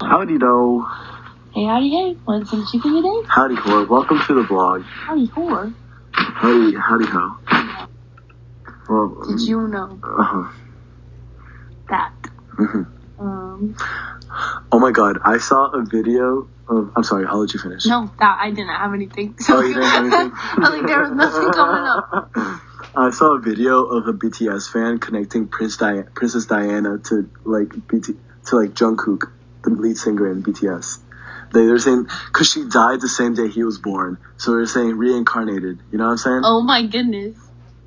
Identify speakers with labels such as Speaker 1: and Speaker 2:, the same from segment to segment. Speaker 1: Howdy do.
Speaker 2: Hey, howdy, hey. Want some chicken today?
Speaker 1: Howdy ho. Welcome to the blog.
Speaker 2: Howdy, whore.
Speaker 1: Howdy howdy ho. Well
Speaker 2: Did you know
Speaker 1: uh huh.
Speaker 2: that? Um,
Speaker 1: Mm-hmm. Oh my god, I saw a video of I'm sorry, I'll let you finish.
Speaker 2: no, that I didn't have anything.
Speaker 1: Oh, you didn't have anything?
Speaker 2: I think there was nothing coming up.
Speaker 1: I saw a video of a BTS fan connecting Prince Di- Princess Diana to like BT to like Jungkook, the lead singer in BTS. They were saying because she died the same day he was born, so they're saying reincarnated. You know what I'm saying?
Speaker 2: Oh my goodness.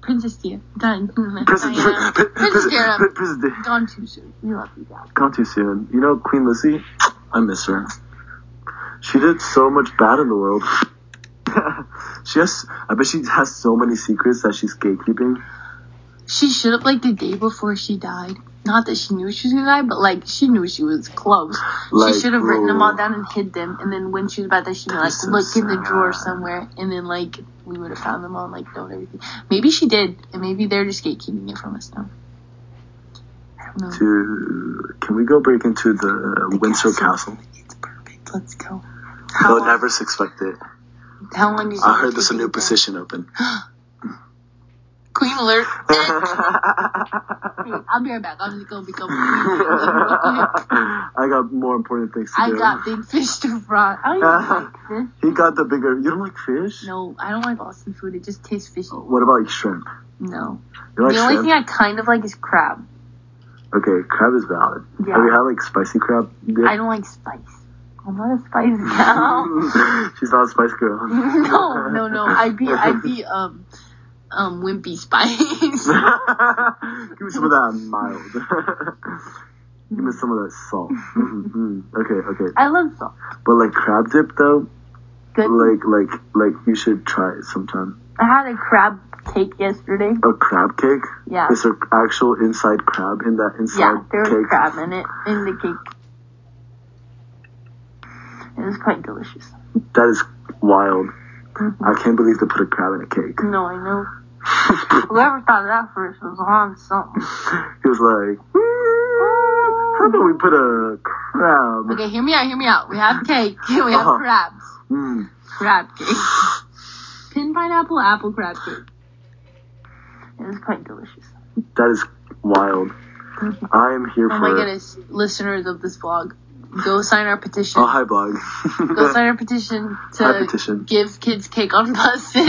Speaker 2: Princess Dia. Done.
Speaker 1: Princess,
Speaker 2: Diana. Mm-hmm. Princess Diana.
Speaker 1: Princess, Princess Di-
Speaker 2: Gone too soon. You love you, Dad.
Speaker 1: gone too soon. You know Queen Lizzie? I miss her. She did so much bad in the world. she has. I bet she has so many secrets that she's gatekeeping.
Speaker 2: She should have, like, the day before she died. Not that she knew she was gonna die, but like she knew she was close.
Speaker 1: Like,
Speaker 2: she should have written them all
Speaker 1: ooh.
Speaker 2: down and hid them, and then when she was about to, she'd be like,
Speaker 1: That's so
Speaker 2: look in the drawer
Speaker 1: sad.
Speaker 2: somewhere, and then like we would have found them all, and, like known everything. Maybe she did, and maybe they're just gatekeeping it from us now. I don't know.
Speaker 1: to can we go break into the,
Speaker 2: The
Speaker 1: Windsor Castle?
Speaker 2: castle. It's perfect. Let's go.
Speaker 1: I
Speaker 2: How
Speaker 1: would
Speaker 2: long,
Speaker 1: never suspect it.
Speaker 2: how long is
Speaker 1: I
Speaker 2: it
Speaker 1: heard there's a
Speaker 2: taking
Speaker 1: new
Speaker 2: to-
Speaker 1: position open.
Speaker 2: Queen alert. I'll be right back. I'm just gonna become queen alert real quick.
Speaker 1: I got more important things to
Speaker 2: I
Speaker 1: do.
Speaker 2: got big fish to fry. I don't even like fish.
Speaker 1: he got the bigger. You don't like fish?
Speaker 2: No, I don't like Austin food. It just tastes fishy.
Speaker 1: What about shrimp?
Speaker 2: No.
Speaker 1: You like
Speaker 2: the only
Speaker 1: shrimp?
Speaker 2: thing I kind of like is crab.
Speaker 1: okay, crab is valid.
Speaker 2: Yeah.
Speaker 1: Have you had like spicy crab? yet?
Speaker 2: I don't like spice. I'm not a spice gal.
Speaker 1: She's not a spice girl.
Speaker 2: no, no, no. I'd be, I'd be, um, um, wimpy spice.
Speaker 1: Give me some of that mild. Give me some of that salt. Mm, mm, mm. okay, okay.
Speaker 2: I love salt.
Speaker 1: But like crab dip though,
Speaker 2: Good.
Speaker 1: like like like you should try it sometime.
Speaker 2: I had a crab cake yesterday.
Speaker 1: A crab cake?
Speaker 2: Yeah.
Speaker 1: Is there actual inside crab in that inside
Speaker 2: Yeah, there was
Speaker 1: cake?
Speaker 2: crab in it, in the cake. It was quite delicious.
Speaker 1: That is wild.
Speaker 2: Mhm.
Speaker 1: I can't believe they put a crab in a cake.
Speaker 2: No, I know. Whoever thought of that first was on something.
Speaker 1: he was like, how about we put a crab?
Speaker 2: Okay, hear me out, hear me out. We have cake. We have
Speaker 1: Uh-huh.
Speaker 2: crabs.
Speaker 1: Mm.
Speaker 2: Crab cake. Pin pineapple apple crab cake. It was quite delicious.
Speaker 1: That is wild. I am here
Speaker 2: Oh
Speaker 1: for
Speaker 2: my
Speaker 1: it.
Speaker 2: goodness, listeners of this vlog, go sign our petition.
Speaker 1: Oh, hi, blog.
Speaker 2: Go sign our petition to
Speaker 1: Hi, petition.
Speaker 2: give kids cake on buses.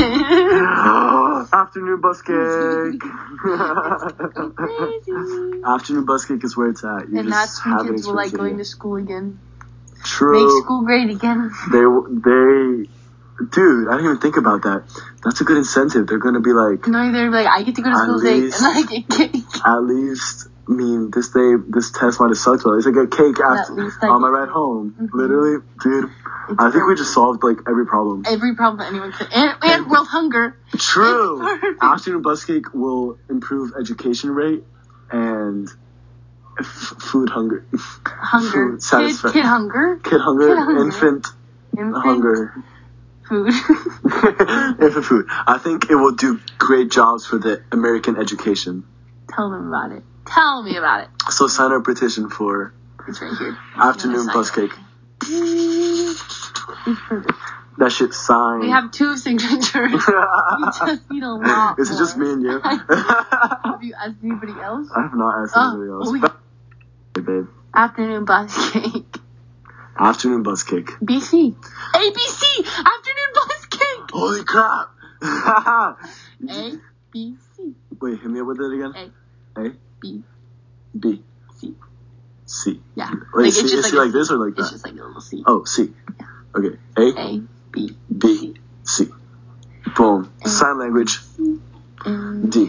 Speaker 1: Afternoon bus cake.
Speaker 2: Go crazy.
Speaker 1: Afternoon bus cake is where it's at. You
Speaker 2: and
Speaker 1: just
Speaker 2: that's when
Speaker 1: have an
Speaker 2: kids will like
Speaker 1: experience
Speaker 2: going
Speaker 1: in
Speaker 2: to
Speaker 1: it.
Speaker 2: school again. Make
Speaker 1: True.
Speaker 2: school great again.
Speaker 1: They they, dude. I didn't even think about that. That's a good incentive. They're gonna be like,
Speaker 2: No, they're like, I get to go to
Speaker 1: At
Speaker 2: school today and
Speaker 1: least-
Speaker 2: I get cake.
Speaker 1: at least. I mean, this day, this test might have sucked, but at least I get cake after
Speaker 2: least I
Speaker 1: on my
Speaker 2: get
Speaker 1: ride
Speaker 2: cake.
Speaker 1: home.
Speaker 2: Mhm.
Speaker 1: Literally, dude. I think we just solved like every problem.
Speaker 2: every problem anyone could, and, and world hunger.
Speaker 1: True.
Speaker 2: It's perfect.
Speaker 1: Afternoon bus cake will improve education rate and f- food hunger.
Speaker 2: Hunger.
Speaker 1: Food
Speaker 2: Kid,
Speaker 1: satisfa-
Speaker 2: kid hunger.
Speaker 1: Kid hunger,
Speaker 2: Kid hunger.
Speaker 1: infant
Speaker 2: Infant
Speaker 1: hunger,
Speaker 2: Food.
Speaker 1: infant food. I think it will do great jobs for the American education.
Speaker 2: Tell them about it. Tell me about it.
Speaker 1: So sign our petition for
Speaker 2: It's right here.
Speaker 1: afternoon
Speaker 2: Sign
Speaker 1: bus
Speaker 2: it.
Speaker 1: cake.
Speaker 2: It's perfect.
Speaker 1: That shit signed.
Speaker 2: We have two signatures. we just need a lot.
Speaker 1: Is it just me
Speaker 2: more.
Speaker 1: and you?
Speaker 2: Have
Speaker 1: I
Speaker 2: you asked anybody else?
Speaker 1: have not asked
Speaker 2: Oh,
Speaker 1: anybody else.
Speaker 2: well, we-
Speaker 1: But- Hey, babe.
Speaker 2: Afternoon bus cake.
Speaker 1: Afternoon bus cake.
Speaker 2: BC. ABC. Afternoon bus cake.
Speaker 1: Holy crap!
Speaker 2: A B C
Speaker 1: Wait, hit me up with it again.
Speaker 2: B
Speaker 1: B.
Speaker 2: C.
Speaker 1: C.
Speaker 2: Yeah.
Speaker 1: Wait,
Speaker 2: Like,
Speaker 1: C, is she
Speaker 2: a
Speaker 1: like
Speaker 2: C.
Speaker 1: this or like
Speaker 2: It's
Speaker 1: that?
Speaker 2: just like a little C.
Speaker 1: Oh, C. Okay. A,
Speaker 2: A B
Speaker 1: B, C. Boom.
Speaker 2: A.
Speaker 1: Sign language.
Speaker 2: and
Speaker 1: D.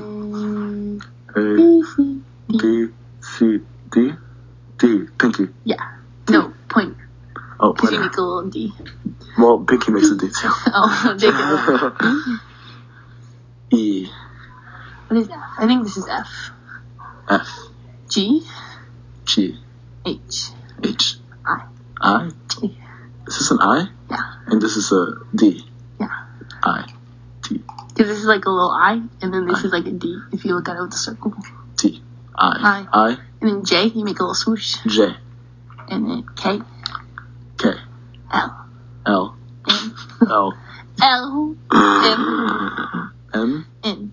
Speaker 1: A,
Speaker 2: B C.
Speaker 1: B, C, D, D. Pinky.
Speaker 2: Yeah. No point.
Speaker 1: Oh,
Speaker 2: Because you
Speaker 1: pointer.
Speaker 2: make a little D.
Speaker 1: Well, Pinky makes a D too.
Speaker 2: Oh, they can-
Speaker 1: E,
Speaker 2: What is F? I think this is F.
Speaker 1: F,
Speaker 2: G
Speaker 1: G,
Speaker 2: H.
Speaker 1: H,
Speaker 2: I.
Speaker 1: I.
Speaker 2: Yeah.
Speaker 1: Is this an I?
Speaker 2: Yeah.
Speaker 1: And this is a D.
Speaker 2: Yeah.
Speaker 1: I.
Speaker 2: Because this is like a little I, and then this
Speaker 1: I.
Speaker 2: is like a D. If you look at it with a circle.
Speaker 1: T. I.
Speaker 2: I. And then J, you make a little swoosh,
Speaker 1: I. J.
Speaker 2: and then K. L.
Speaker 1: L.
Speaker 2: M.
Speaker 1: L.
Speaker 2: L.
Speaker 1: M.
Speaker 2: N.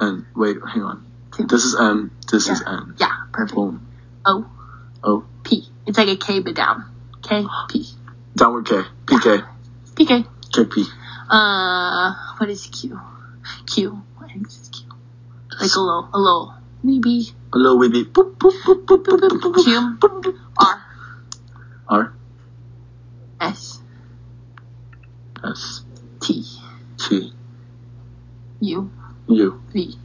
Speaker 1: N. Wait, hang on.
Speaker 2: Two.
Speaker 1: This is M. This is N.
Speaker 2: Yeah, perfect.
Speaker 1: Boom.
Speaker 2: O.
Speaker 1: O.
Speaker 2: P. It's like a K but down. K. P.
Speaker 1: Downward K. PK.
Speaker 2: PK.
Speaker 1: KP.
Speaker 2: Uh, what is Q? Q. What is Q? Like a low, a low. Maybe.
Speaker 1: A little wee beep. Boop, boop, boop, boop, boop, boop, boop.
Speaker 2: Q. R.
Speaker 1: R.
Speaker 2: S.
Speaker 1: S.
Speaker 2: T.
Speaker 1: T.
Speaker 2: U.
Speaker 1: U.
Speaker 2: V.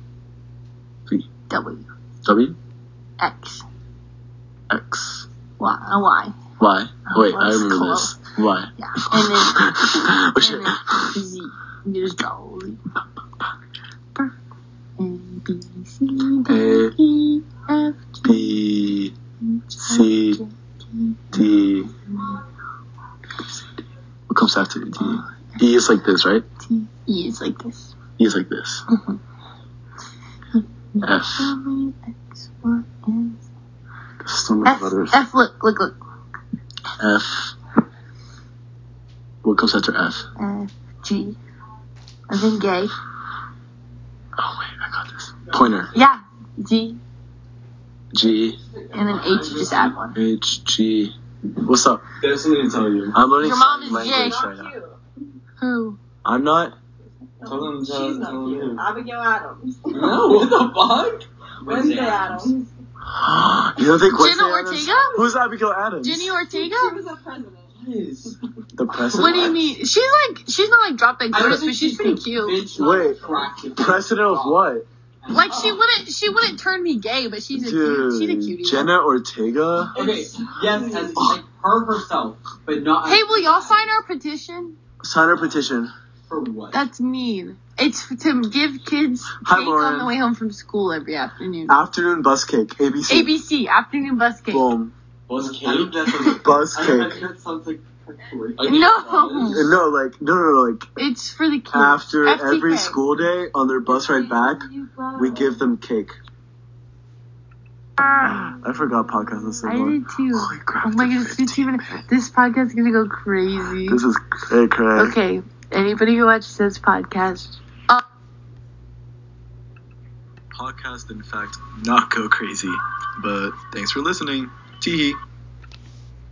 Speaker 1: V.
Speaker 2: W.
Speaker 1: W.
Speaker 2: X.
Speaker 1: X.
Speaker 2: Y. A Y.
Speaker 1: Y.
Speaker 2: Oh,
Speaker 1: Wait, I
Speaker 2: that's
Speaker 1: remember
Speaker 2: close.
Speaker 1: this. Y.
Speaker 2: Yeah. And then.
Speaker 1: oh shit.
Speaker 2: and then Z. You just go. A, B, C, D,
Speaker 1: A,
Speaker 2: E, F, G,
Speaker 1: B.
Speaker 2: H, I,
Speaker 1: C.
Speaker 2: J, K,
Speaker 1: D. What comes after D? E is like this, right?
Speaker 2: T. E is like this.
Speaker 1: E is like this.
Speaker 2: Mhm.
Speaker 1: F.
Speaker 2: W, X, Y, and Z.
Speaker 1: There's so many
Speaker 2: F,
Speaker 1: letters.
Speaker 2: F, look, look, look.
Speaker 1: F. What comes after F?
Speaker 2: F, G. And then gay.
Speaker 1: Oh wait, I got this. Pointer.
Speaker 2: Yeah. G.
Speaker 1: G
Speaker 2: And then H, you just add one.
Speaker 1: H G. What's up?
Speaker 3: There's something to tell you.
Speaker 1: I'm learning
Speaker 2: Your mom
Speaker 1: sign
Speaker 2: is
Speaker 1: language
Speaker 2: Jake.
Speaker 1: right now.
Speaker 2: Who?
Speaker 1: I'm not.
Speaker 3: Tell them, tell
Speaker 4: She's
Speaker 3: them, tell
Speaker 4: not here.
Speaker 3: them.
Speaker 4: Abigail Adams.
Speaker 3: No, what the fuck?
Speaker 4: Wednesday Adams.
Speaker 1: you don't think Wednesday
Speaker 2: Jenna
Speaker 1: Adams?
Speaker 2: Ortega?
Speaker 1: Who's Abigail Adams?
Speaker 2: Jenny
Speaker 4: She
Speaker 2: Ortega?
Speaker 4: was a president.
Speaker 3: Yes.
Speaker 1: The president.
Speaker 2: What do you mean? She's like, she's not like drop dead
Speaker 3: I don't
Speaker 2: gorgeous,
Speaker 3: think
Speaker 2: but she's
Speaker 3: she's
Speaker 2: pretty
Speaker 3: the
Speaker 2: cute.
Speaker 3: bitch Oh.
Speaker 1: Wait.
Speaker 3: practically
Speaker 1: President of
Speaker 3: rock.
Speaker 1: what?
Speaker 2: Like she wouldn't, she wouldn't turn me gay, but she's a cute,
Speaker 1: Dude,
Speaker 2: she's a cutie.
Speaker 1: Jenna Ortega.
Speaker 3: Okay, yes, as like her herself, but not
Speaker 2: Hey, will y'all sign our petition?
Speaker 1: Sign our petition.
Speaker 3: for what?
Speaker 2: That's mean. It's f- to give kids
Speaker 1: Hi,
Speaker 2: cake
Speaker 1: Lauren.
Speaker 2: on the way home from school every afternoon.
Speaker 1: Afternoon bus cake. ABC.
Speaker 2: ABC afternoon bus cake.
Speaker 1: Boom.
Speaker 3: Buzz cake.
Speaker 5: I think that sounds like-
Speaker 1: Bus
Speaker 3: I don't
Speaker 1: cake.
Speaker 3: think that sounds like correctly.
Speaker 5: I think
Speaker 2: No,
Speaker 1: And No, like no, no, no, like
Speaker 2: it's for the kids.
Speaker 1: after
Speaker 2: FTK.
Speaker 1: every school day on their bus ride back, we give them cake.
Speaker 2: Ah,
Speaker 1: I forgot podcast was so
Speaker 2: I
Speaker 1: long.
Speaker 2: did too.
Speaker 1: Holy crap!
Speaker 2: Oh my
Speaker 1: it's
Speaker 2: goodness, it's
Speaker 1: 15
Speaker 2: even.
Speaker 1: minutes.
Speaker 2: This podcast is gonna go crazy.
Speaker 1: This is hey, Craig.
Speaker 2: Okay, anybody who watches this podcast, uh,
Speaker 1: Podcast, in fact, not go crazy. But thanks for listening. Teehee.